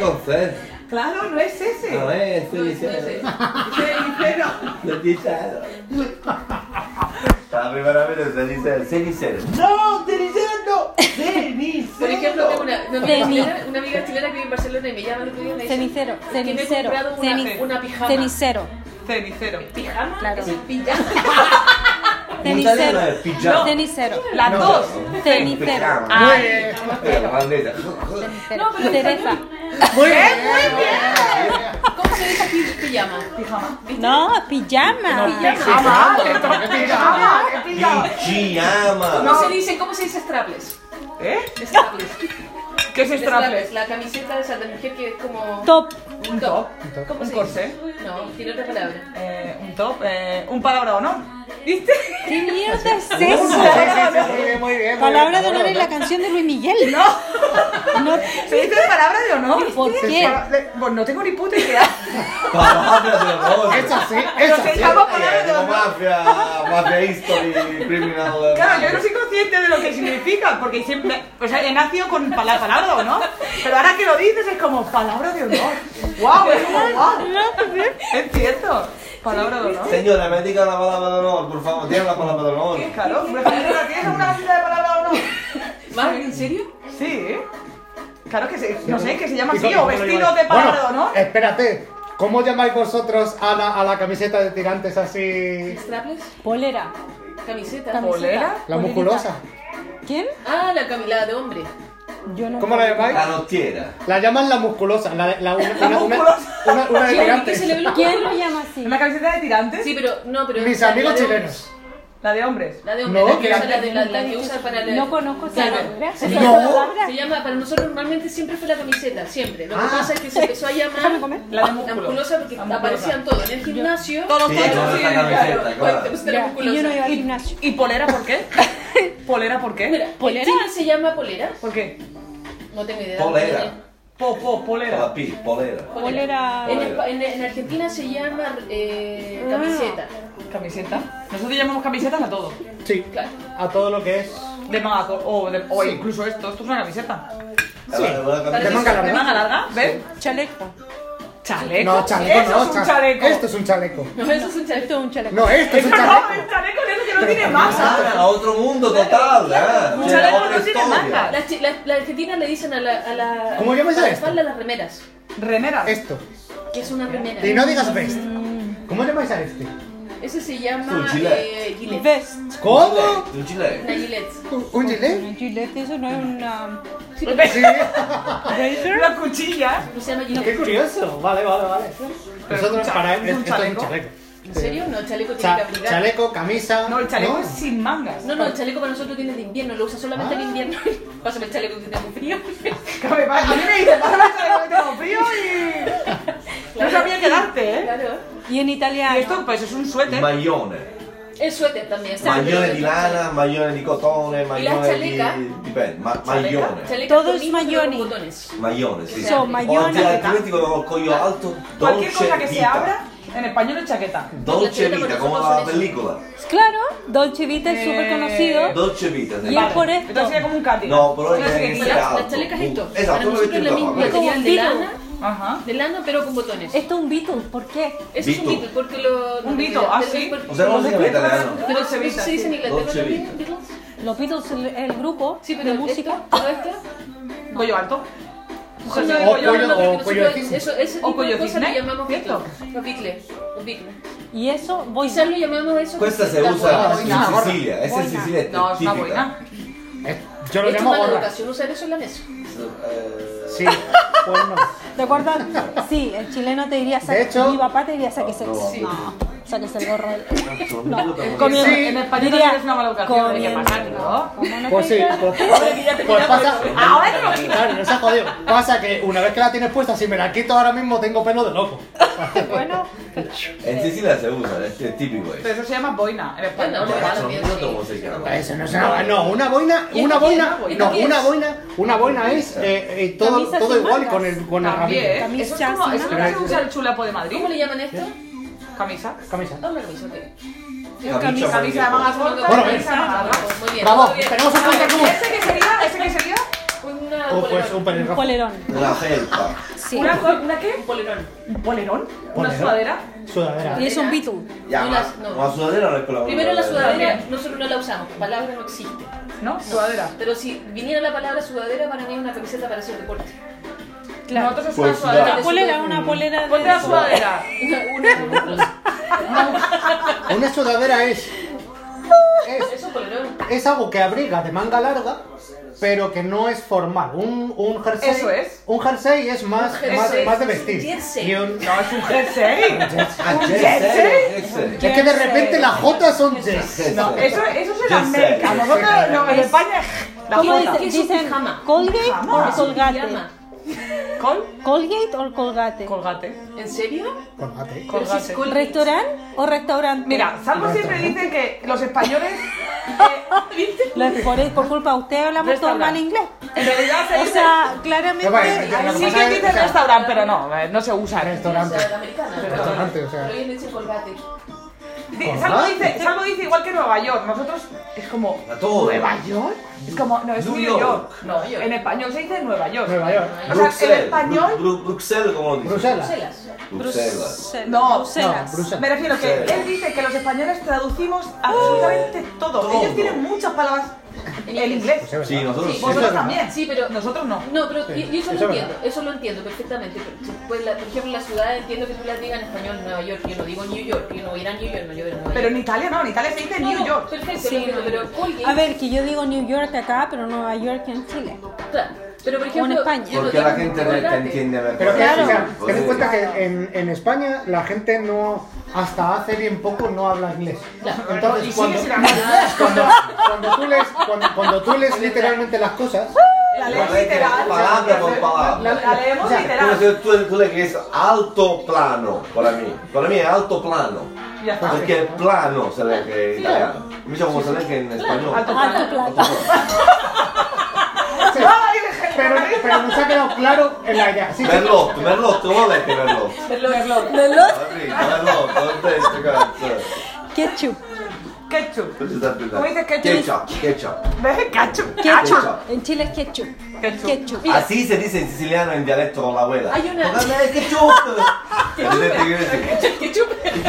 conocer. Claro, no es ese. A ver, estoy diciendo. Cenicero. Cenicero. La primera vez es cenicero. Cenicero. ¡No! ¡Cenicero! no! ¡Cenicero! Por ejemplo, tengo una, una, amiga chilena, una amiga chilena que vive en Barcelona y me llama el otro día y me dice Cenicero, "Es que me he cenicero, comprado una, ceni- una pijama. Cenicero. Cenicero. ¿Pijama? Claro. Es pijama. Cenicero. Italiano es pijama. Cenicero. Las No. dos. Cenicero. Pijama. Ah, Pero la bandera. cenicero. No, pero- Teresa. ¿Eh? Muy bien. ¿Cómo se dice pi- pijama? No, pijama. Pijama, que pijama, que pijama. Pijama. ¿Cómo se dice, cómo se dice strapless? ¿Eh? Strapless. ¿Qué es strapless? La camiseta esa de mujer que es como... Top. Un top. ¿Cómo Un se corsé. dice? No, tiene otra palabra. Eh, un top, eh, un palabra o no. ¿Viste? ¿Qué mierda es Sí, eso? sí, sí, Muy bien, muy bien. Palabra de honor en la canción de Luis Miguel. No. No. ¿Se dice palabra de honor? ¿Por ¿Viste? qué? Para- de- Pues no tengo ni puta idea. Palabra de amor. Es así, es Pero se así. llama palabra de Como honor. mafia, mafia history, criminal. Claro, yo no soy consciente de lo que significa, porque siempre. O sea, he nacido con pala- palabra de honor. Pero ahora que lo dices es como palabra de honor. ¡Wow! Es como wow. Es cierto. Palabra de honor. Señora, me diga la palabra de honor, por favor. Tiene la palabra de honor. Claro, por ejemplo, ¿tienes una cita de palabra de honor? ¿Más? ¿En serio? Sí. Claro que sí. No sé, que se llama ¿Y así, cómo- o cómo lo vestido llamáis? de palabra de Bueno, honor. espérate. ¿Cómo llamáis vosotros a la, a la camiseta de tirantes así? ¿Strapless? Polera. ¿Camiseta? Camiseta. ¿Polera? eh, Polerita. La musculosa. ¿Quién? Ah, la camilada de hombre. Yo no. ¿Cómo la llamáis? La notiera. La llaman la musculosa. La, la, una, una, una, musculosa. una- una de ¿Quién? ¿Qué se le tirantes. ve los ¿Quién lo llama así? ¿Una camiseta de tirantes? Sí, pero no, pero Mis la- la amigos de hombre. chilenos. La de hombres. La de hombre, No, la, que que la- usa, la, de- la- la que usa para la... No conozco esa Claro. palabra. Se, ¿Esa No. palabra? se llama, para nosotros normalmente siempre fue la camiseta, siempre. Lo que Ah. pasa es que se empezó a Déjame llamar comer. La de músculo. musculosa porque La musculosa. aparecían todos en el gimnasio. Todos Sí, los con sí, esa claro. camiseta, Bueno, te claro. pusiste la Ya, musculosa. y yo no iba al Y- gimnasio. ¿Y polera por qué? ¿Polera por qué? Mira, ¿Polera? ¿en Chile se llama polera? ¿Por qué? No tengo idea. Polera. Po, po, polera. La pi, polera. Polera. Ah. En, Espa- en- en Argentina se llama eh, camiseta. Camiseta. Nosotros llamamos camisetas a todo. Sí. Claro. A todo lo que es. De manga cor- o, de- o incluso esto. Esto es una camiseta. De manga ¿De larga. manga larga? ¿Ves? Chaleco. Chaleco. No, chaleco Eso no. es un cha- chaleco. Esto es un chaleco. No, eso es un chaleco. Esto es un chaleco. No, esto es un Eso no, chaleco. el chaleco de eso que no tiene masa. Ah, a otro mundo total, ¿eh? Un Tiene chaleco otra no tiene historia. manga. Las chi- las- las argentinas le dicen a la. A la ¿Cómo llamas a a la esto? falda las remeras. Remeras. Esto. Que es una remera. Y no digas vest. ¿Cómo llamáis a este? Ese se llama Un gilet. eh, gilet. Vest. ¿Cómo? Un chile. Una gilet. ¿Un- ¿Un gilet? Gillette, eso no es una. Sí. Razor. Las cuchillas. No se llama gilet. Qué curioso. Vale, vale, vale. un Nosotros cha- para ¿es él un esto es un chaleco? chaleco. ¿En serio? No, el chaleco tiene que Cha- abrigar. chaleco, camisa. No, el chaleco ¿no? es sin mangas. No, no, el chaleco para nosotros tiene de invierno, lo usa solamente en Ah. invierno. Pásame el chaleco que tengo frío. Que me va- A mí me dicen, pásame el chaleco que tengo frío y... No sabía quedarte, ¿eh? Claro. Y en Y italiano. esto, pues, es un suéter. Mayone. El suéter también. ¿sabes? Maglione di lana, maglione di cotone, maglione di... chaleca? eh? Dipende, ma- Cioè, Chaleca- maglione. chaleca Todo con es mil, pero mayoni. con botones. Maglione, sì. So, maglione. Oggi altrimenti con il collo alto, Cualquier cosa dolce que se vita. abra, en español es chaqueta. Dolce La vita, chaqueta come con los la ojos pellicola. Claro, Dolce Vita es Eh, súper conocido. Dolce vita, Y sì. es por esto. Entonces sería como un cati. No, però Una è chaquetilla. essere Las, alto. las chalecas esto. Para Esatto, come nosotros es la misma vestito material de Como un lana, Ajá. de lana pero con botones. Esto es un Beatle, ¿por qué? Eso es un Vito. Beatle, porque lo... Un Vito, pero- ah, pero- sí. pero- O sea, vamos a decir italiano. Pero Dolce eso Vita, se dice en Inglaterra Dolce también, Vita. Beatles. Los Beatles, el, el grupo Sí, pero de esto, música. todo esto... Cuello alto. Son Sí, los- o los- cuello- los- o los- cuello los- de cisne. eso- Ese O tipo cuello de de cosas cisne. le llamamos ¿Cierto? Beatles. Los Beatles. Los Beatles. Y eso, voy. Quizás lo llamamos eso... Questa si usa la boina. in boina, gorra. Sicilia, è in Boina. Sicilia Este, è No, es una tipica. boina. Eh, Yo lo Es llamo una mala gorra. educación usar eso en la mesa. Eh, Sí, pues no. ¿Te acuerdas? Sí, el chileno te diría, saque- hecho- mi papá te diría, sáquese el, No, sí. no, sáquese el gorro. Comiendo- Sí. En español Diría, también es una mala educación. Hay que comiendo. pasar, ¿no? Ah, Como no Pues te sí, diga- pues, ya te pues quita pasa. por eso. Ahora te lo quita. Claro, no se ha jodido. Pasa que una vez que la tienes puesta, si me la quito ahora mismo, tengo pelo de loco. Bueno, In Sicilia si usa, este è è tipico questo. Pero eso se llama boina en español. Bueno, Ma bueno. cazzo, non so come si chiama. Pues Eso no es una No, una boina. Una boina. ¿Y esto No, qué es? una boina. Una boina es eh, eh, todo, Camisas todo sin igual y mangas. con el, con el rabillo. También. ¿eh? Camisa Eso es como, sin eso es lo nada. que se usa el chulapo de Madrid. ¿Cómo le llaman esto? Camisa. Camisa. Ah, una camisa, ok. Camicia Camisa de maglione. manga corta, Bueno, camisa de manga larga. Muy bien. Bravo, muy bien. tenemos un punto en común. ¿Ese que sería? ¿Ese que sería? Un una O un pues polerón. un pelirrojo. Polerón. La felpa. Sí. ¿Una, co- ¿Una qué? Un polerón. ¿Un polerón? ¿Una Polerón. sudadera? Sudadera. Y es un Beatle. Ya, No, más. no. Más sudadera no es colaboradora. Primero la sudadera, También. nosotros no la usamos, palabra no existe. ¿No? Sudadera. Pero si viniera la palabra sudadera, para mí es una camiseta para hacer deporte. Claro. Nosotros es Pues una sudadera. sudadera. Una polera, una polera. Ponte la sudadera. Una, Una sudadera es, es. es un polerón. es algo que abriga de manga larga, pero que no es formal. Un, un jersey. Eso es. Un jersey es más, Un jersey. más, más de Es un vestir. jersey. Y un- No, es un jersey. Ah, ¿Un jersey. jersey. es que de repente las jotas son jerseys. Jersey. No, eso, eso es en Jersey. América. Nosotros no, en España es la ¿Cómo jota. dicen? ¿Qué es un Dicen pijama? Colgate Pijama. o Es un Colgate. Llama. ¿Col? Colgate o Colgate. Colgate. ¿En serio? Colgate. Pero si es Colgate. col- ¿Restaurante o restaurante? Mira, Salvo siempre dice que los españoles... eh, ¿Viste? Lo- por, por culpa de usted hablamos todo mal Restaurante. inglés. En realidad se O dice... sea, Ya va, ya claramente. va. Sí que dice restaurante, pero no, eh, no se usa. Restaurante. O sea, la americana. Restaurante, o sea. Pero ellos le dicen colgate. Di- Salvo dice, Salvo dice igual que Nueva York. Nosotros es como. A todo. ¿Nueva York? Es como. No, es New New, York. York. No, Nueva York. en español se dice Nueva York. Nueva York. O sea, Bruxelles. en español. Bru- Bru- Bruxelles, ¿cómo lo dices? Bruselas. Bruselas. Bruxelas. No, Bruselas. no, Bruselas. Me refiero que Bruselas. él dice que los españoles traducimos absolutamente Oh. todo. Todo. Ellos tienen muchas palabras en el inglés. Bruselas. Sí, nosotros sí. Vosotros Pues Sí. también. Sí, pero- nosotros no. No, pero Sí, yo, yo eso eso lo es entiendo, verdad. eso lo entiendo perfectamente. pero, Pues la, por ejemplo, la ciudad entiendo que tú las digas en español, Nueva York, yo no digo New York, yo no voy a ir a New York, no yo voy a Nueva Pero en York. Italia no, en Italia se dice No, New no, York. Perfecto, lo entiendo, pero Colgate- A ver, que yo digo New York acá, pero Nueva York en Chile. Claro, pero por Como en ejemplo, España. yo no Porque la digo gente no colgate. te entiende mejor. Pero que, Claro. o sea, ten en Sí. cuenta que en, en España la gente no, hasta hace bien poco no habla inglés. Claro. Y Entonces, cuando, sigue sin hablar. cuando, cuando tú lees, cuando, cuando tú lees literalmente las cosas, La La leemos letra, literal. palabra por palabra. La, la leemos O sea, Tú, literal. tú, tú, tú le crees alto plano para mí. Para mí es alto plano. Ya está. Pues Perché il plano sarebbe in italiano. Invece come sarebbe in Alto spagnolo. plano. Alto plata. o sea, Ay, dejé de pero, morir. pero nos ha quedado claro en la idea. Sí, sí. Merlotto, Merlotto, come avete Merlotto? Arrivo, Merlotto, ho detto cazzo. Ketchup. Ketchup. Questo sta più là. Come dice Ketchup, ketchup? ketchup. ¿Ves? Ketchup. Ketchup. Ketchup. En Chile es ketchup. Ah, Ketchup. Ketchup. Ah sì, se dice in siciliano in dialetto con la abuela. Hai una- Ma dai, ketchup! Vedete che il ketchup, guardate il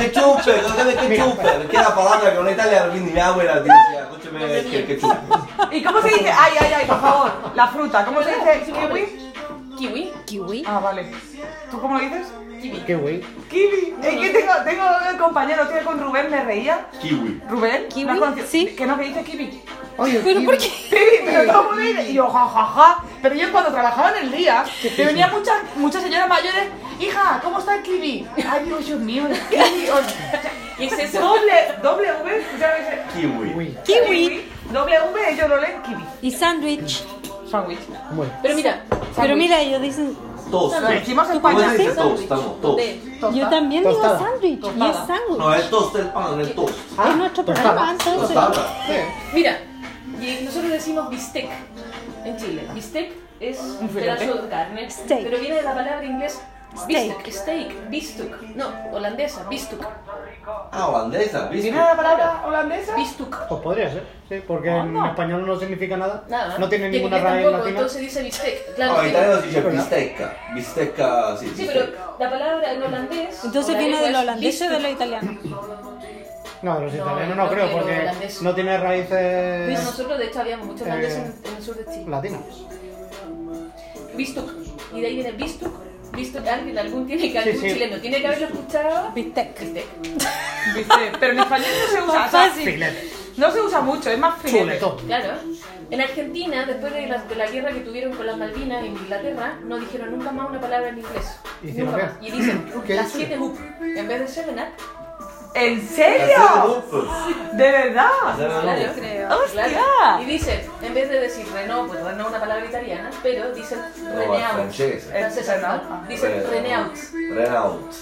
ketchup, perché è una parola che non è italiana, quindi mia abuela dice, "Cucciame il ketchup. ¿Y cómo se dice? Ay, ay, ay, por favor. La fruta. ¿Cómo se dice? ¿Kiwi? Kiwi, Kiwi. Ah, vale. ¿Tú cómo lo dices? kiwi. Qué güey. Kiwi. Es que tengo, tengo un compañero, estoy con Rubén, me reía. Kiwi. ¿Rubén? ¿Kiwi? una canción- Sí. Que no, que dice kiwi. Oye, ¿Pero qué- por qué? Kiwi, pero todo el mundo dice. Y yo, jajaja. Pero yo cuando trabajaba en el día, me venían muchas, muchas señoras mayores. Hija, ¿cómo está el kiwi? Ay, Dios, Dios mío, el kiwi. o sea, ¿Y es eso? Doble, doble V, escúchame. Kiwi. Güey, Kiwi. Doble V, ellos lo leen kiwi. Y sándwich. Sandwich. güey. Pero mira, Pero mira, ellos dicen. Toast. Lo decimos en Come España. si dice ¿sí? toast? Stamo, toast. de- Yo también digo Tostada. sándwich. Y es Tostada. No, sándwich. è toast il pane, è toast. Ah, Es nuestro tostada. programa, entonces. Tostata. Sí. mira, y nosotros decimos bistec en Chile. Bistec es un filete? pedazo de carne, Steak. pero viene de la palabra inglés Steak. bistec, steak, bistuk. No, holandesa, bistuk. Ah, olandesa, visto? ¿Tiene la palabra holandesa? Bistuk. Pues podría ser, sí, porque en Anda. español no significa nada. Nada. No tiene Y en ninguna inglés raíz tampoco, latina. Oh, Entonces dice bistec. Claro, No, in sí. italiano si dice Però- bistecca. Bistecca, sì. Sí, bistecca. pero la palabra en holandés. Entonces viene del holandés o de lo los italiano. No, de los No, italianos no no creo, creo, porque holandés. no tiene raíces Nosotros, de hecho, habíamos muchos Eh, holandeses en- en el sur de Chile. latinas. Bistuk. Y de ahí viene bistuk. Bistuk, alguien, algún tiene que, Sí, algún sí. chileno tiene que haberlo escuchado. Bistec. Bistec. Viste, Pero en español no se usa. o sea, Filete. no se usa mucho, es más filete. Chuletón. Claro. En Argentina, después de la, de la guerra que tuvieron con las Malvinas en Inglaterra, no dijeron nunca más una palabra en inglés. ¿Y Nunca hicieron más. Y dicen ¿Qué las dicen? siete hoop. En vez de seven up. ¿En La Seven serio? Up. ¿De La verdad? Seven Claro. Up. ¡Hostia! Claro. Y dicen, en vez de decir Renault, pues Renault es una palabra italiana, pero dicen es Reneaux. francesa. Francesa, ¿no? Renault. Dicen Renault. Reneaux. Renault.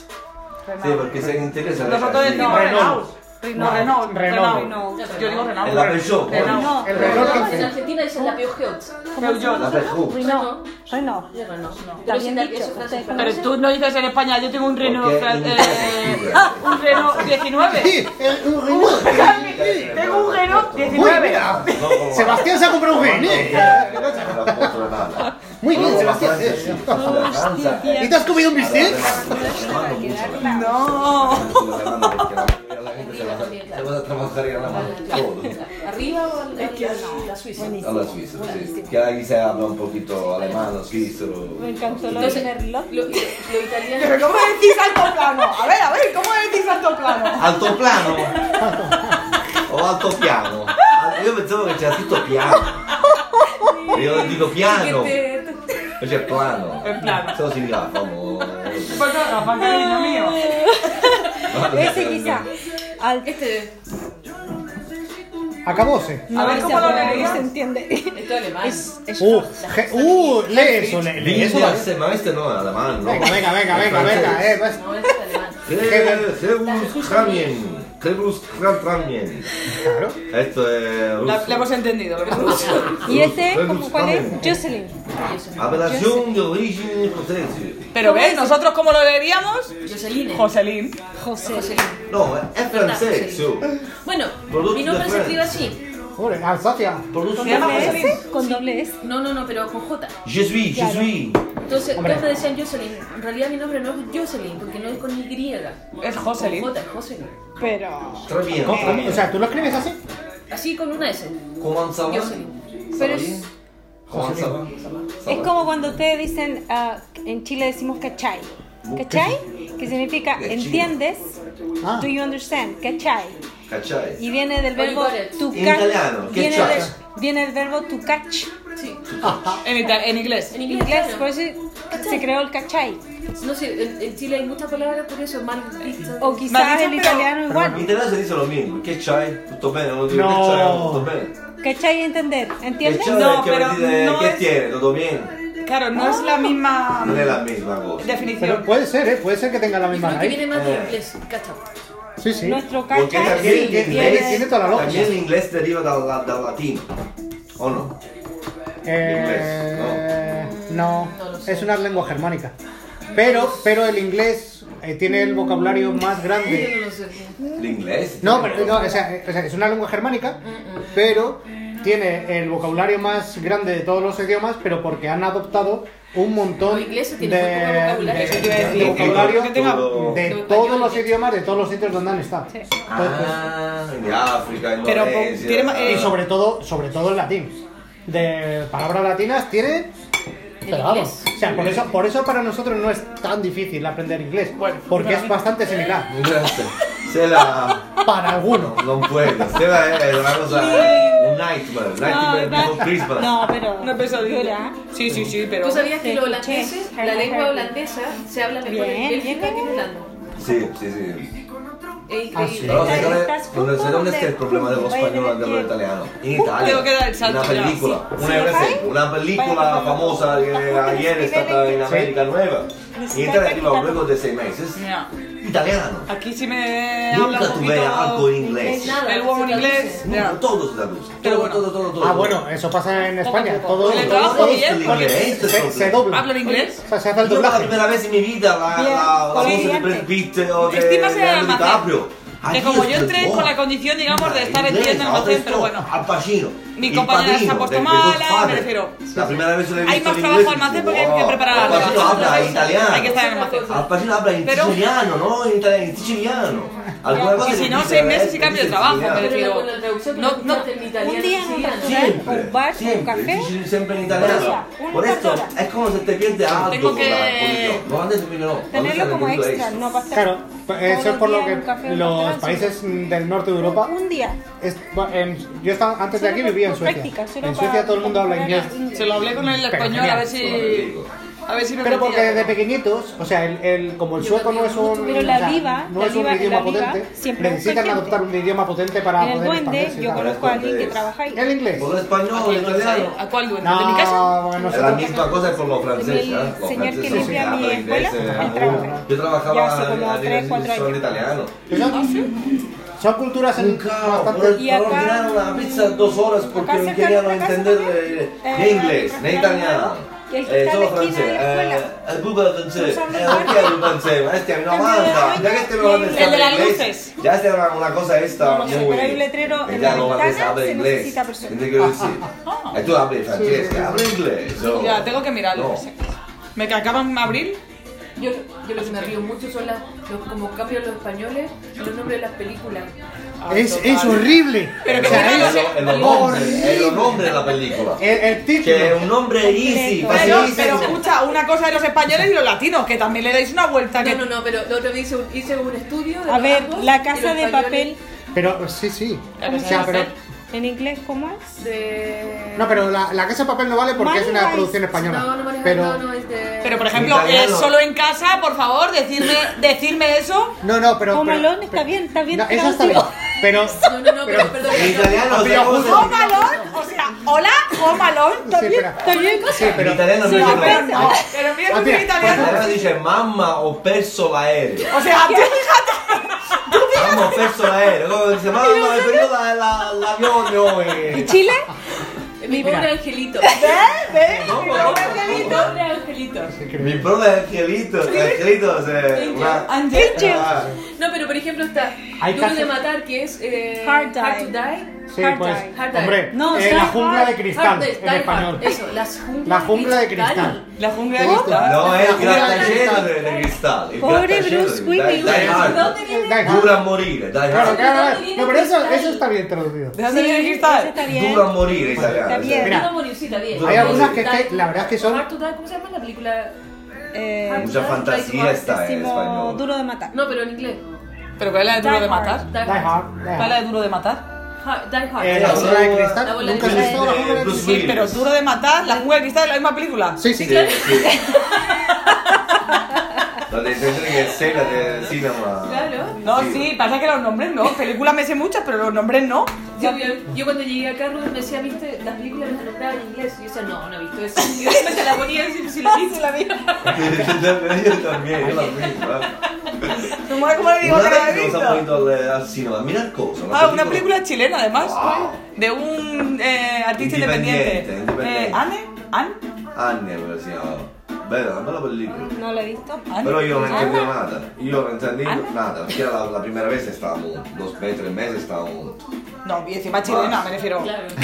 Sì, perché se in inglese Nosotros sì, no, ma- Renault. Renault. No, Renault. Renault. Renault. Yo digo Renault. En la Peugeot. Renault. coño. El reloj No, en que Argentina es la Peugeot. La Peugeot. Peugeot. Renault. Renault. Yo no. Pero Ya es bien itali- dicho, es francés, usted- francés. Pero tú no dices en España, yo tengo un Renault, Porque fran- en eh, Italia- un Renault 19. Tengo un Renault ¡Uy, 19. mira! No, como- Sebastián se ha comprado un No, Renault. no, no, no, no, no, no, no. Muy bien, Como Sebastián. Francia, sí, como la Francia. ¿Y te has comido un bistec? No. Te vas a trabajar y ganar más. Todo. ¿Arriba o la, la- la Suiza? A la Suiza, sí. Que ahí se habla un poquito alemán, suizo. Me encantó lo Entonces, de Merlot. Lo, lo italiano. Pero ¿cómo decís alto plano? A ver, a ver, ¿cómo decís alto plano? Altoplano o altopiano? Io pensavo che c'era scritto piano. Io dico piano, Que te- c'è plano. È plano. Se lo si fa, famo. Pues no, Rafa, cariño mío. Ese quizá. Al... Este, Acabóse. A ver cómo lo leéis. se entiende. esto alemán. Es, es Uh, je- uh, lee eso, lee lee eso. L'India, se- ma questo no è alemán, no? Venga, venga, venga, venga, venga. eh, pues. No, es alemán. Zeus Kramien, Zeus Kramien. Claro. Esto es La, la hemos ruso. entendido, lo hemos dicho. ¿Y ese? ¿cómo- ¿Cuál es? Zeus Kramien. Jocelyn. Ah. Appellazione di origine potenzio. Pero ves, nosotros cómo lo leeríamos? Joseline. Joselín. José. Joseline. No, è francese, su. Bueno, Producto mi nombre de se escribe Francia. así. Pobre, Alsacia. Produce- ¿Se llama Joselín? Con doble S. No, no, no, pero con J. Je suis, je suis. Entonces, Hombre. todos me decían Jocelyn. En realidad mi nombre no es Jocelyn, porque no es con Y. Es Con Joselín. J, es Jocelyn. Pero. Tramien, ¿Cómo- cómo? O tramien. sea, ¿tú lo escribes así? Así con una S. Comenzamos. Jocelyn. Pero ¿Sabadín? es- Comenzamos. Es como cuando ustedes dicen, ah, en Chile decimos cachai. ¿Cachai? Que significa Cachai. entiendes, Ah. do you understand, cachai. ¿Cachai? Y viene del verbo Oye, Gore. to En catch. italiano, Viene, cachai. del- viene del verbo to catch. Sí. En, ita- en inglés. En En inglés, inglés, pues. claro. por eso se creó el cachai. No sé, en, en Chile hay muchas palabras por eso, mal vistas. O Me ha quizás dicho, el pero- italiano In igual. italiano si dice lo mismo. Che c'hai? Tutto bene? Non dico No. che c'hai? Tutto bene? Cachai entender, Che ¿entiendes? c'hai? No, che però vuol dire no che è- tiene? Tutto bene? Claro, no es la misma Non è la misma cosa. Pero definición. puede ser, ¿eh? Puede ser que tenga la Yo misma creo que raíz. viene más de Eh. inglés, cacha. Sí, sí. Nuestro Perché cachai anche sì, che- l'inglese- tiene tutta la logica. anche l'inglese deriva dalla- dal latino. O no? Eh, no, No lo sé. es una lengua germánica. Pero, pero el inglés eh, tiene el vocabulario más Yo grande. no lo sé. L'inglese? No, pero no, o sea, eh, o sea, es una lengua germánica, pero tiene el vocabulario más grande de todos los idiomas, pero porque han adoptado un montón Los ingleses de, tienen muy poco vocabulario. Eso te iba a decir. de- de vocabulario Que tenga- de Todo todos español, los sí. idiomas, de todos los sitios donde han estado. Sí. Entonces, pues, Ah, in Africa, in Però con- Indonesia. tiene ma- Y eh, sobre todo, sobre todo el latín. De palabras latinas tiene. Pero vamos. O sea, por eso, por eso para nosotros no es tan difícil aprender inglés. porque es bastante similar. Grazie. Se la... Para No, alguno. non puedo. Se la è una cosa... Un nightmare. Nightmare before Christmas. No, pero. Una pesadilla. Dura. Sí, sí, sí, pero. ¿Tú sabías Te que los escuché. holandeses, Harry, la lengua Harry. holandesa, se habla mejor Bien, en bien, Bélgica que en bien. Holanda? Sì, sì, sì. Es Ah, sí. increíble. Però sai Dai, qual è, fast non, food sai qual è dove- che è il problema dello vai a spagnolo e vedere dello chi è. italiano? In Italia devo chiedere il salto una della- pellicola, sì. una, Sì, per fai? esempio, una Vai a pellicola farlo. famosa Tutta che ieri è stata in Sì. America Nueva, Sì. in Italia arriva luego de seis meses, Mira, italiano. aquí sí me habla Nunca un tuve algo en poquito. inglés. Nada, El huevo en se traduce. inglés. Nunca, ya. todo se traduce. Pero Todo, bueno. todo, todo, todo. Ah, bueno, eso pasa en España. Todo, El todo- trabajo todo- bien, todo- porque esto es se, todo. se dobla. ¿Hablan inglés? O sea, se hace el Io per la doblaje. prima vez in mia vita la, Via, la, la voce di comediante. Brad Pitt o di Estima se Leonardo almacén. DiCaprio. Que Adiós, como yo qué entré boa. con la condición, digamos, de estar en Inglés, tienda en ahora almacén, esto, pero bueno. Al Pacino. Mi El compañera padrino se ha puesto del mala, me Godfather. refiero. La primera vez que lo he visto Hay más en trabajo inglés, al almacén porque hay wow. que preparar Al la Pacino cosa. habla italiano. Hay que estar en almacén. Al Pacino habla en Pero- siciliano, ¿no? En italiano, en siciliano. Alguna Y cosa si le no, dice, seis ¿verdad? meses y Le cambio de dice trabajo, siciliano. pero- Pero con la traducción que No, no, no. escuchaste en italiano, Un día en sí, una no. traducción. Siempre, Un bar, un siempre, café. sí, sí, siempre en italiano. Una Por esto persona. es como se te pierde algo. Tengo con la que- condición. Los holandeses, mira, no. Tenerlo Holandeses como han tenido extra, eso. no pasar. Claro, eso es por lo que los los países del norte de Europa Un día. Es- bueno, en- yo estaba, antes de Solo aquí por- vivía en por Suecia. práctica, solo en Suecia para- todo el mundo habla para- inglés. Se lo hablé con el Pero español a ver genial. si. A ver si me Pero porque metía, desde pero- pequeñitos, o sea, el, el- como el sueco no es un, Pero la o sea, diva, no la es un diva- idioma la diva potente, siempre necesitan busca gente. adoptar un idioma potente para En el poder duende, expandirse y yo tal. conozco a alguien que trabaja ahí. El inglés. Por lo español, italiano. ¿A cuál duende? ¿De mi casa? No, Es la nosotros- misma cosa que con los franceses. ¿eh? El Los señor franceses que sí limpia hablan mi inglés, escuela, eh, él trabaja. Yo Ya hace trabajaba como a nivel tres, cuatro institucional italiano. años. Yo- Son culturas en- Un caos, bastante... por, Y acá- por ordenar una pizza dos horas acá porque no se querían acaba- acá se entender acaba- eh, eh, ni inglés, ni castellano, italiano. que el que está solo a la esquina francés. de la Eh, escuela. el Buba francés. Nos habla Eh, mal. ¿Por qué el Buba francés? Este es una Cambio de manta. baño. Ya que este no va a El pensar de las inglés, luces. Ya este era una cosa esta No, no sé, muy... pero hay un letrero en ya la no va a ventana, pensar, habla se inglés. necesita Ah. persona. ¿Qué te quiero decir? Eh, Tú habla francés, que habla inglés. o- Ya, tengo que mirarlo. No. por si acaso. ¿Me acaban en abril? Yo, yo lo que me río mucho son las, los, como cambian los españoles los nombres de las películas. Es, total. es horrible. Pero que O sea, tiene En es- los- en los nombres, en los nombres de la película. el, el título. Que es un nombre easy, Eh, Pero- Pero, facilísimo. pero escucha, una cosa de los españoles y los latinos, que también le dais una vuelta. No, que... no, no, pero la otra vez hice un, hice un estudio de A los ver, ambos, la y los casa de españoles papel Pero sí, sí. La Casa O sea, de pero- Papel. en inglés, ¿cómo es? De... no, pero la, la Casa de Papel no vale porque es una Manejáis. producción española. No, no maneja, pero, no, no, es de... Pero por ejemplo, eh, Italiano. solo en casa, por favor, decirme, decirme eso. No, no, pero. Home pero- Alone está pero- bien, está bien No, esa está bien. traducido. Pero. No, no, no, pero perdón. En italiano, Ha o sea, pillado ¿cómo se- justo. Home Alone, o sea, hola, Home Alone, Sí, también. espera. Está bien, Sí, En pero. italiano no No, dice pero no. no, pero mira Ah, que mira, soy En italiano italiano. dice mamma ho perso l'aereo. O sea, tú fíjate. Mamma ho perso l'aereo. Come dice mamma, he perdido la- la- l'avione ¿Y hoy. Chile? Mi pobre Mira. angelito. ¿Ves? ¿Ves? No, Mi no, pobre no. Mi angelito. pobre angelito. Mi brother Angelito, Angelito, se- una- Angel. Ah, No, pero por ejemplo está Hay Duro casos- de matar, que es eh, Hard to Die. Die. Sí, Hard pues. Eye. Hard Eye. Hombre, No, eh, Die la Hard. jungla de Hard cristal Die, en Die español. Hard, Eso, las junglas La jungla de cristal. La jungla de ¿Cómo? cristal. No, es el Una grattacielo granita. de de cristal. el Pobre grattacielo Bruce de- Die- Willis. Die Hard. ¿Dónde Die viene? Hard. Dura a morir, Die Claro, Hard. claro, claro. No, pero eso, eso está bien traducido. ¿De dónde viene el ese cristal? está bien. Dura a morir, italiano. Está bien. Mira, Duro Morircita, bien. Hay algunas que es que la verdad es que son- Hard to Die, ¿cómo se llama la película? Eh, Mucha fantasía está en décimo español. duro de matar. No, pero en inglés. ¿Pero cuál es la de duro Die de Hard. matar? Die Die Hard. Die ¿Cuál es la Hard. de duro de matar? Hard- Die Hard. Eh, la Sí, jungla de la cristal. bola de ¿Nunca has visto la cristal. jungla de Bruce cristal? Sí, pero duro de matar, la jungla de cristal es la misma película. Sí, sí. Sí, sí. La de tendré que ser la de cinema. Claro. No, sí, pasa que los nombres no. Películas me sé muchas, pero los nombres no. Yo, yo- yo cuando llegué acá, Rubén me decía, ¿viste? Las películas las nombraban en inglés. Y yo decía, no, no he visto eso. Y después se la ponía así, si la vi, si la vi. yo también, yo también. Tu madre, ¿Cómo le digo que la he Nos han visto? ponido al- al cinema. Mira cosa. Ah, una película chilena además. Wow. De un eh, artista Independiente, independiente. independiente. Eh, ¿Anne? ¿Anne? Anne, pero si no. Bella, bella pellicola. No lo he visto. Però io non Anne. Ah. intendevo nada, io non intendevo nada, perché era la, la prima vez stavamo, dos mesi, tre mesi stavamo... No, y encima chilena, me refiero. Claro.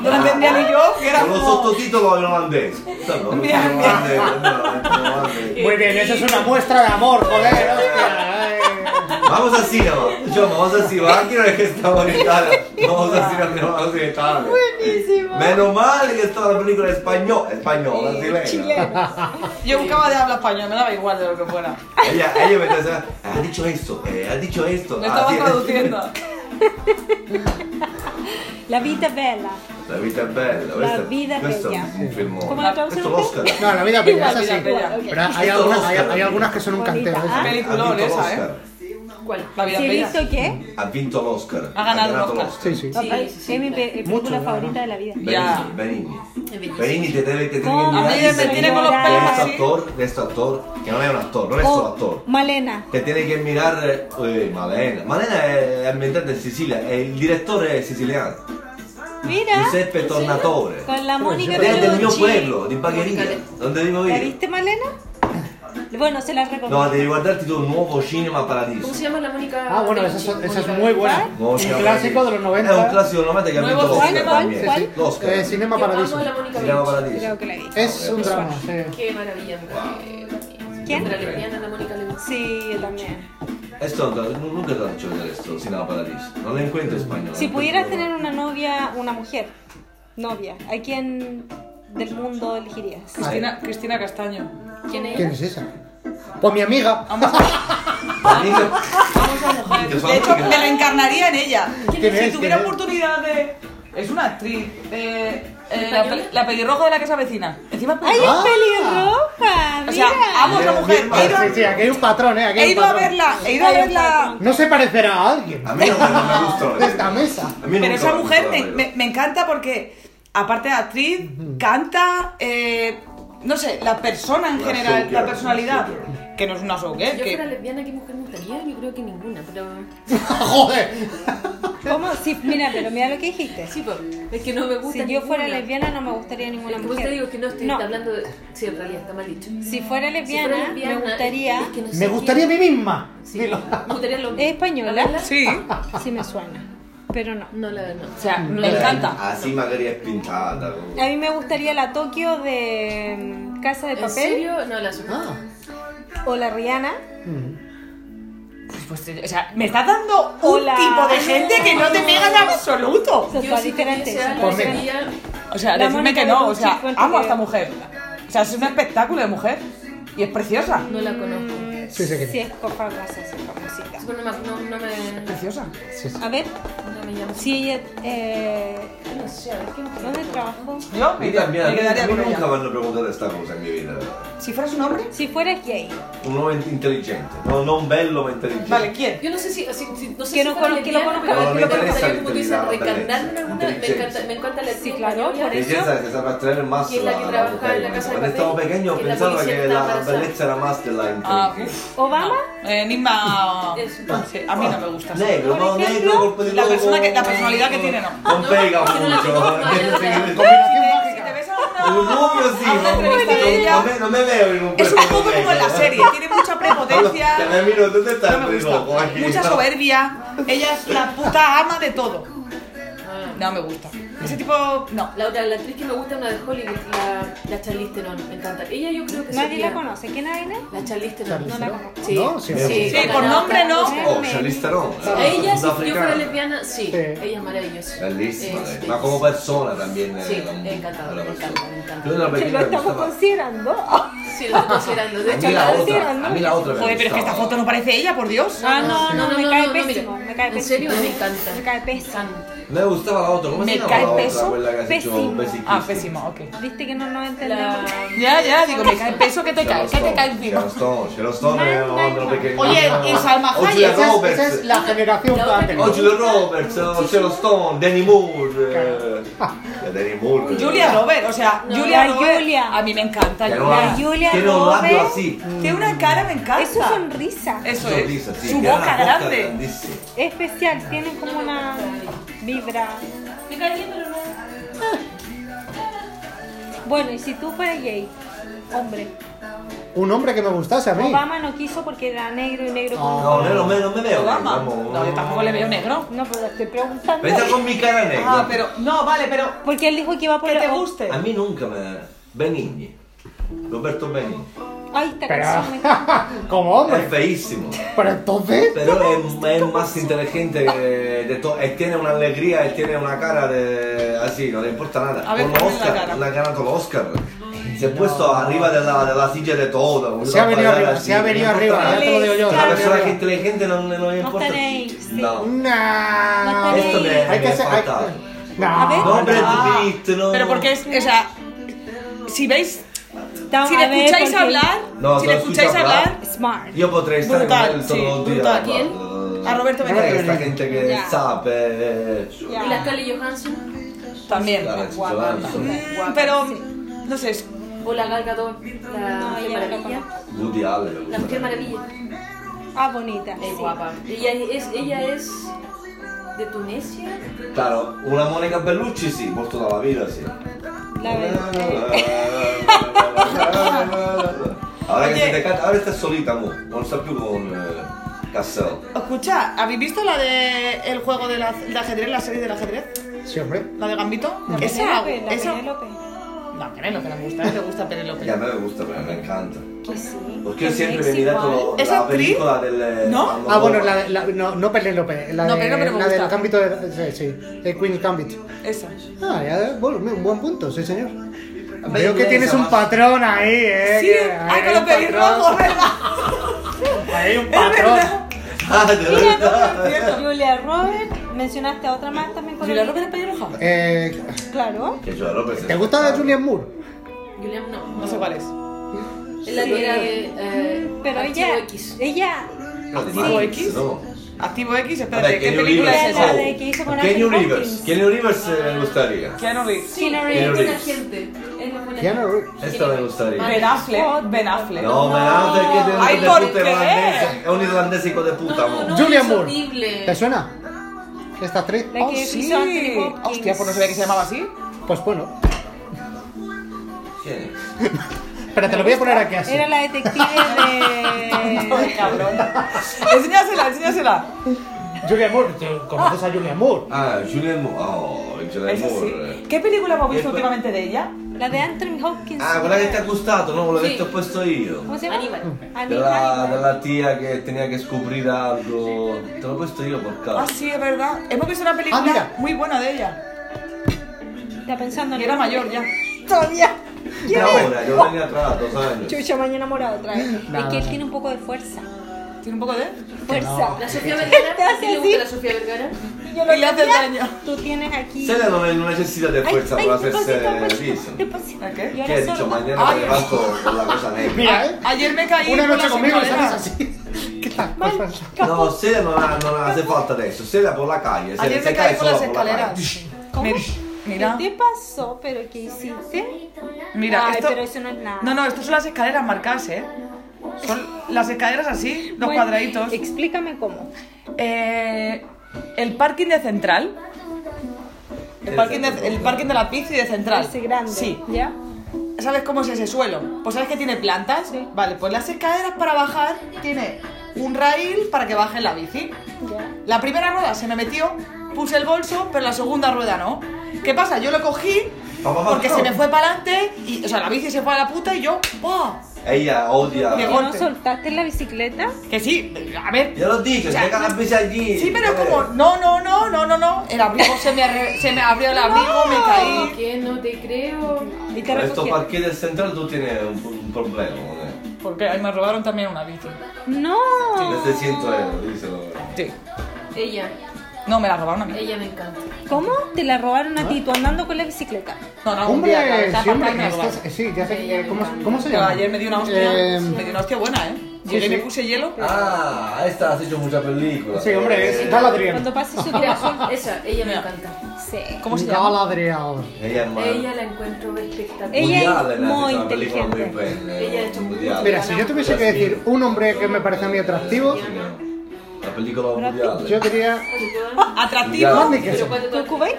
No lo entendía ni yo, que era Con lo como... sottotitolo in olandese. Sanno, non Bien, sono bien. olandese, no, no, olandese. Muy bien, eso es una muestra de amor, joder, hostia. eh. Vamos al cinema, diciamo, vamos al cinema, anche non è che stavo in Italia, vamos al cinema, andiamo alla in Italia. Buonissimo! Meno male che stava la pellicola in spagnolo, in spagnolo, in Eh, chileno. Yo buscaba de habla española, me daba igual de lo que fuera. Ella, ella me decía, ha dicho esto, eh, ha dicho esto. Lo estaba así es. traduciendo. La vita es bella. La vita è bella, questo, vita è questo bella. è un filmone. Come la questo è traduzione? l'Oscar. No, la vida bella, es La vida así. bella. Pero hay algunas, hay, hay algunas que son un canteo. Bonita. ¿eh? Ha vinto Peliculón esa, eh. l'Oscar. ¿Cuál? La vida ¿Sí he bella. visto qué? Ha vinto l'Oscar. Ha ganato l'Oscar. Sí, sí. Sí, sí, sí. es mi pe- película Mucho, claro. favorita de la vida. Benigni, Ya. Benigni. bellissimo. Benigni te deve te deve No, mirare Oh, a me di me tiene seguito con los di pelos questo así. actor, di questo actor, che non è un actor, non è solo actor. Oh, Malena. Te tiene che mirare eh, Malena. Malena è ambientata in Sicilia, è il direttore siciliano, Mira. Giuseppe Tornatore. Con la Mónica Ed è del mio Bellucci. pueblo, di Bagheria, dove vivo ¿La io. viste, Malena? Bueno, se la recomiendo. No, devi guardarti tu nuovo cinema ¿Cómo se paradiso. llama la Mónica? Ah, bueno, esa, Bellucci? es- esa es Mónica muy buena. ¿Cuál? Nuovo Un cinema clásico paradiso. de los 90. È un classico del 90 che ha Nuovo vinto l'Oscar cinema, también. ¿cuál? Sí, L'Oscar. Eh, Cinema Bellucci. Yo Paradiso. amo a la Mónica Cinema Bellucci. paradiso. Creo que la vi. Es un drama, sí. Qué maravilla, mujer. ¿Quién? La lesbiana, la Mónica Bellucci. Sí, yo también. Esto no, nunca te lo hecho ver esto, Cinema Paradiso. No lo encuentro en español. Si No pudieras encuentro. tener una novia, una mujer, novia, ¿a quién del mundo elegirías? Cristina, Cristina Castaño. ¿Quién es? ¿Quién es esa? Pues mi amiga. Vamos a, vamos a mojar. Dios, De hecho, vamos. me reencarnaría en ella. ¿Quién si es? tuviera ¿Quién es? oportunidad de. Es una actriz. eh, eh, la, pe- la pelirroja de la que se avecina. Encima es ¡Ay, es pelirroja. Ah. O pelirroja! ¡Mira! sea, amo a esa mujer. He ido, Sí, sí, aquí hay un patrón, ¿eh? Aquí hay he un ido a patrón. verla, he ido a Hay un verla. patrón. No se parecerá a alguien. A mí no me, no me gusta. la De esta película. mesa. A mí Pero nunca esa me mujer gustó la me, película. me- me encanta porque, aparte de actriz, canta, eh, no sé, la persona en La general, showgirl, la personalidad. la showgirl. que no es una soquer, Yo fuera que... lesbiana, ¿qué mujer me gustaría? Yo creo que ninguna, pero. ¡Joder! ¿Cómo? Sí, mira, pero mira lo que dijiste. Sí, pues, es que no me gusta. Si yo fuera ninguna. lesbiana no me gustaría ninguna Es que vos mujer. te digo que no estoy hablando de. Sí, en realidad está mal dicho. Si Si fuera fuera lesbiana, lesbiana, ¿eh? me gustaría... es que no sé Me gustaría a mí quién- misma. Sí, Dilo. me gustaría lo ¿Es española? ¿Hablarla? Sí. Sí me suena, pero no. No, la verdad. O sea, No, me no. encanta. Así me querías pintada. como- A mí me gustaría la Tokio de mm, Casa de ¿En Papel serio? No, la soporto. Ah. o la Rihanna. Mm. Pues, o sea, me estás dando un Hola. tipo de gente que no te pega en absoluto. Son Yo todas si diferentes. tuviese son algo todas Pues mira. diferentes. sería- O sea, La decirme Mónica que no, o Bellucci sea, fue el amo a que- esta mujer. O sea, es un espectáculo de mujer. Y es preciosa. No la conozco. Mm. Sí, sé quién Sí, es famosa, sí, famosita. Bueno, no, me- no, no me. Preciosa. Sí, sí. A ver, No me llamo. si ella... eh, No sé, a ver qué me ¿Dónde trabajó? Yo A me, mí también, a me mí, quedaría a mí con nunca ella. más me preguntan esta cosa en mi vida. Si fueras un hombre. Si fuera gay, Un hombre inteligente, no, no un bello, ma intelligente. Vale, ¿quién? Yo no sé si, si- si- no sé Que si no fuera cono- que lo lesbiana, conozca, pero que me lo conozca. gustaría, como tú dices, Inteligente. reencarnarme en alguna. Me encanta, me encanta la Sí, actriz claro, española. por eso. Belleza, que se rastrear más. Y es la que trabaja en la casa Cuando de papel, estaba pequeño que la pensaba policía que está la embarazada. belleza era más de la Ah, inteligencia. uff. Obama, Enigma. Eso. Sí, a mí Eh, no me gusta. Negro, no, Por ejemplo, negro, golpe de la coco. persona que- la personalidad que tiene, no. No pega mucho. Combinación Si mágica. te ves Un rubio sí, a una no, entrevista de no, no ella, me- no me veo en un es un cuerpo poco como en la negro. serie. Tiene mucha prepotencia. Ya me miro, ¿dónde estás? No me Digo, gusta. "Joaquín, Mucha no". soberbia. Ella es la puta ama de todo. No me gusta. Ese tipo, no. Laura, la actriz que me gusta es una de Hollywood, la, la Charlize Theron, me encanta. Ella yo creo que nadie sería... la conoce. ¿Quién habla? La Charlize Theron. No Charlize la Theron. conozco. Sí. No, sí, Sí, por ganó nombre Oscar, no. Oscar. Oh, Charlize Theron. A ella, si yo sudafricana. fuera lesbiana, sí. Sí. Ella es maravillosa. Bellísima, Eh, eh. sí. más como persona también. eh, Sí, la- me encanta, la me persona. encanta, me encanta. Yo en la Que lo película me estamos gustaba- considerando. Sí, la estoy considerando. De A hecho, mí la cioè, la otra, a mí la otra me Joder, pero es que esta gustaba. foto no parece ella, por Dios. Ah, no, no, me cae pésimo. mira. Me cae En pésimo. serio, me encanta. Me cae pésimo. Encanta. Me gustaba la otra, ¿cómo Me se llama cae la otra? peso, abuela que has hecho pésimo. Basic Ah, Instinct? pésimo, ok. Viste que no nos entendemos. La... Ya, ya, digo, me cae peso que te cae, que te cae encima. Sharon Stone, Sharon Stone, Nine, era nine, otro nine. pequeño. Oye, y Salma Oye, Hayek, Esa es, Roberts. esa es la generación La que otra ha que- tenido. Oye, Roberts, eh, Sharon Stone, Danny Moore. eh, Danny Moore. eh. Julia Robert, o sea, No, Julia la Robert, Julia. a mí me encanta. Que no Julia. habla- Julia que no habla Roberts. así. Tiene una cara, me encanta. Es su sonrisa. Es Eso es. Sonrisa, sí, Su que era boca una boca grande. grandísima. especial, tiene como una vibra. Me cae bien, pero no... Bueno, y si tú fueras gay, hombre. Un hombre que me gustase a mí. Obama no quiso porque era negro y negro con. No, no, no me, no me veo. Obama. vamos. No, yo tampoco le veo negro. No, pero estoy preguntando. Vete con mi cara negra. Ah, pero, no, vale, pero Porque él dijo que iba por que te la- guste. A mí nunca me. Benigni. Roberto Benigni. Ay, esta Pero... canción me encanta. Como Es hombre. feísimo. Pero entonces... Pero es, es más inteligente que de todo. Él tiene una alegría, él tiene una cara de. así, no le importa nada. A ver, con los ponme la Oscar, cara. una cara con los Oscar. Se ha puesto arriba de la, de la silla de todo. Se ha venido arriba, se ha venido arriba. Ya te lo digo yo. se La ha persona venido que es arriba. inteligente no, no le No importa. tenéis, sí. No. Nah. tenéis. Esto me, Hay me que ser... hay- falta. Nah. A ver. No, hombre, Ah, tú viniste, no. Pero porque es, o sea, si veis, Estamos- si a ver, le escucháis porque- hablar, No, si no le escucháis escucha hablar, Smart. Yo podré estar Brutal, con él sí, todo el día. brutal. guarda. A Roberto Eh, Benigni. Esta gente que Ya. sabe. Ya. Y la Scarlett Johansson también. Claro, Mm, Johansson, Pero, no sé, es- o la Gal Gadot, la No, Mujer ella no la Maravilla. conozco. Woody Allen. La Mujer Maravilla. Ah, bonita. sí. Es guapa. Ella es, ella es de Tunisia. Claro, una Monica Bellucci sí, por toda la vida sí. La verdad. Ahora que Oye. se te canta, ahora estás solita, mu. Non sta più con eh, Cassel. escucha, ¿habéis visto la de el juego del az- de ajedrez, la serie del ajedrez? Sí, hombre. ¿La de Gambito? Esa, Penélope, la esa. Penélope. No, Penélope le gusta, le gusta Penélope. Que a me me gusta, pero me encanta. Que sí. Porque que siempre es mi dato igual. ¿Es la actriz? película del. eh, No? Ah, bueno, la, de- la- no, no Penélope, la, No, de, Penélope me la del gusta. Gambito de... Sí, sí, el Queen's Gambit. Esa. Ah, ya, bueno, un buen punto, sí, señor. Veo Veo que tienes un patrón ahí, eh. Sí, que hay con un los pelirrojos, eh. patrón. ¿verdad? Hay un Es patrón. verdad. Ah, de Mira, no, verdad. es cierto. Julia Robert, mencionaste a otra más también con ¿Julia el- Roberts es pelirroja? Eh, Claro. Que yo lo pensé. ¿Te gusta Julian Moore? Julian no. No sé cuál es. Es la Sí. que era de eh, Pero Archivo ella, X. ella, No, de Sí. Matrix, X. no. Activo X, A espérate, ver, ¿qué Kenny película Rivers. oh. es La esa? de que hizo con Kenny Anthony Rivers. Hopkins. Kenny Rivers eh, me gustaría. Keanu Reeves. Keanu Sí, Reeves. es buena Reeves. gente. Es buena Keanu Reeves. Esta me gustaría. Ben Affleck, Ben Affleck. No, me da a que tiene un Ay, hijo ¿por de puta qué? irlandés. Es un irlandés hijo de puta, No, no, amor. no. Julia es Moore. horrible. ¿Te suena? Esta actriz. La Oh, que sí. hizo Anthony Hopkins. Hostia, pues no sabía que se llamaba así. Pues bueno. ¿Quién es? Espera, te lo voy a poner aquí así. Era la detective de... Cabrón. Eh, enséñasela, enséñasela. Julia Moore. ¿Tú ¿Conoces a Julia Moore? Ah, Julian Moore. Oh, Julian Eso Moore. eh. sí. ¿Qué película hemos visto Después- últimamente de ella? La de Anthony Hopkins. Ah, quella che ti ha gustato, no? Quella che Sì. ti ho posto io. ¿Cómo se llama? Aníbal. Della, Aníbal. della tia che tenía che scoprire algo. Te l'ho posto io, porca. Ah, sí, es verdad. Hemos visto una película Ah, mira. muy buena de ella. Está pensando en Y era mayor ya. Todavía. E ora, io vengo tra dos anni. Chucha, me han enamorado otra vez. No, es que no. él tiene un poco de fuerza. Tiene un poco de. Fuerza. La Sofía Vergara. Te ¿a hace quién le así. gusta la Sofía Vergara? Yo le hace daño. Tú tienes aquí. Se lei non ha una necessità di forza per essersi viso. despacito. ¿El qué? Y ahora Che, diciamo, solo- dicio, mañana Ay. mi levanto con la cosa lei. Mira, ¿eh? Ayer me caí. Una por noche las conmigo y sales escaleras. así. ¿Qué tal? Ah, Mal- Pues, pues, No, se lei non ha, non ha se fatta adesso, se la por la calle, se, Ayer se me cae caí por solo las por la calle. escaleras. ¿Cómo? Me- Mira, ¿Qué te pasó? ¿Pero qué hiciste? mira, Ay, esto. pero eso no es nada. No, no, estas son las escaleras marcadas, ¿eh? Son las escaleras así, los Bueno, cuadraditos. Explícame cómo. Eh, el parking de Central. El parking de, el parking de la bici de Central. Ese grande. Sí. ¿Ya? ¿Sabes cómo es ese suelo? Pues sabes que tiene plantas. Sí. Vale, pues las escaleras para bajar tiene un rail para que baje la bici. Ya. La primera rueda se me metió, puse el bolso, pero la segunda rueda no. ¿Qué pasa? Yo lo cogí Vamos, porque se vamos. me fue para adelante y, o sea, la bici se fue a la puta y yo, ¡buah! Ella ah, odia. De ¿Y Io no golpe. soltaste la bicicleta? Que sí, a ver. lo dico, se caga la bici allí. Sí, pero es como, no, no, no, no, no, no. El abrigo se me, arre- se me abrió el abrigo, me No, caí. que no te creo. Y te Questo recogieron. parcheggio del centrale tu tieni un, un problema, non è? Porque ahí me robaron también una bici. No. Desde 100 euros, díselo. Sí. Ella, No, me la robaron a mí. ella me encanta. ¿Cómo? Te la robaron a ti, tú andando con la bicicleta. No, no, Ah, un día, claro, Hombre, estaba sí, hombre, aparcada y me la que robaron. estás- sí, ya sé que- ¿cómo, cómo se Pero llama? Ah, ayer me dio una hostia, Eh, me dio una hostia buena, ¿eh? sí, Llegué y sí. me puse hielo. Ah, esta ha hecho mucha película. Sí, hombre, Eh. es Galadriel. Cuando pases su Mira, corazón. esa, ella me encanta. Sí. ¿Cómo se llama? Galadriel. Ella es más. Ella la encuentro espectacular. Ella es mundial, la muy ha hecho una película inteligente. muy buena, Ella ha hecho mundial. mucho. Mira, si yo tuviese que decir un hombre que me parece a mí atractivo, La película mundial. yo diría. Atractivo. Mad Mikkelsen. Pero cuando tú ¿Tú, Kuwait?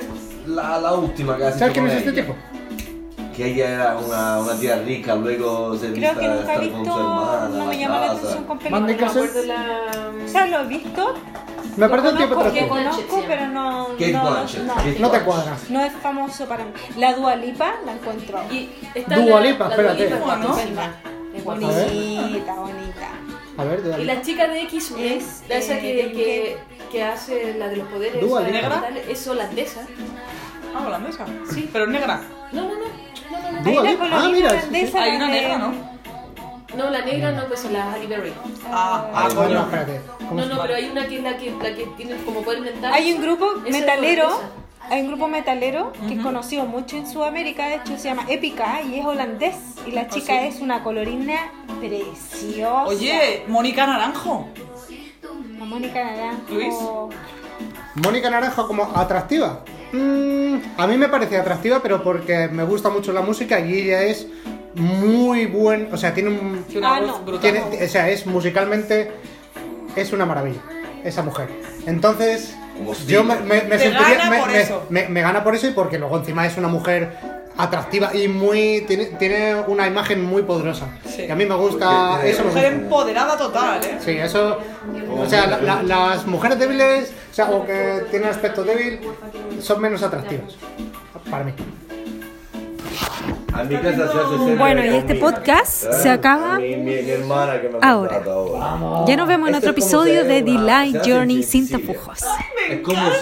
La, la última casi. ¿Sabes quién es este tipo? Que ella era una, una tía rica, luego se Creo vista que nunca he estar visto. con su hermana. No en me llama la casa. atención con Mad películas. Mikkelsen. recuerdo la. O sea, lo he visto. Me parece un tipo conozco, que atractivo. conozco, pero no. Kate no, no, Blanchett. no. Kate No te Blanchett. cuadras. No es famoso para mí. La Dualipa la encuentro. Y está Dua la- Lipa, la espérate. Dua Lipa, Bueno. estupenda. Es guapísima. ver. Bonita, bonita. A ver, de Y la chica de X Es, es la esa que, eh, que, que hace la de los poderes Dua la Lipa. negra, es holandesa. Ah, holandesa. Sí. Pero es negra. No, no, no, no, no, no. Dua Hay Lipa. una Ah, colonia mira, sí, holandesa. Hay una de- negra, ¿no? No, la negra no, pues la Halle Berry. Ah, ah, Ay, No, no, coño. espérate. ¿Cómo No, se no, pero hay una que es la que, la que tiene como poder mental. Hay un grupo Esa es metalero, holandesa. hay un grupo metalero que es conocido mucho en Sudamérica, de hecho se llama Épica y es holandés y la chica es una colorina preciosa. Oye, Mónica Naranjo. Como Mónica Naranjo. Luis. Mónica Naranjo como atractiva. Mm, a mí me parece atractiva, pero porque me gusta mucho la música y ella es muy buen, o sea, tiene un Tiene una Ah, voz no. brutal. tiene, o sea, es musicalmente es una maravilla esa mujer. Entonces, Como Steve. yo me, me- me Te sentiría gana me, por me- eso. me- me gana por eso y porque luego encima es una mujer atractiva y muy tiene, tiene una imagen muy poderosa. Sí. Y a mí me gusta Porque tiene- Oh, eso. me Mujer gusta. empoderada total, ¿eh? Sí, eso. O sea, la- la- las mujeres débiles, o sea, o que tienen aspecto débil, son menos atractivas. Para mí. A mi casa se hace serio Bueno, y conmigo. este podcast ¿Eh? se acaba Mi, mi- mi hermana que me ha ahora. contado ahora. Ya nos vemos en Esto Este otro es como episodio se de ve una- se Delight hace en Journey sin Sicilia. tapujos. Es como se-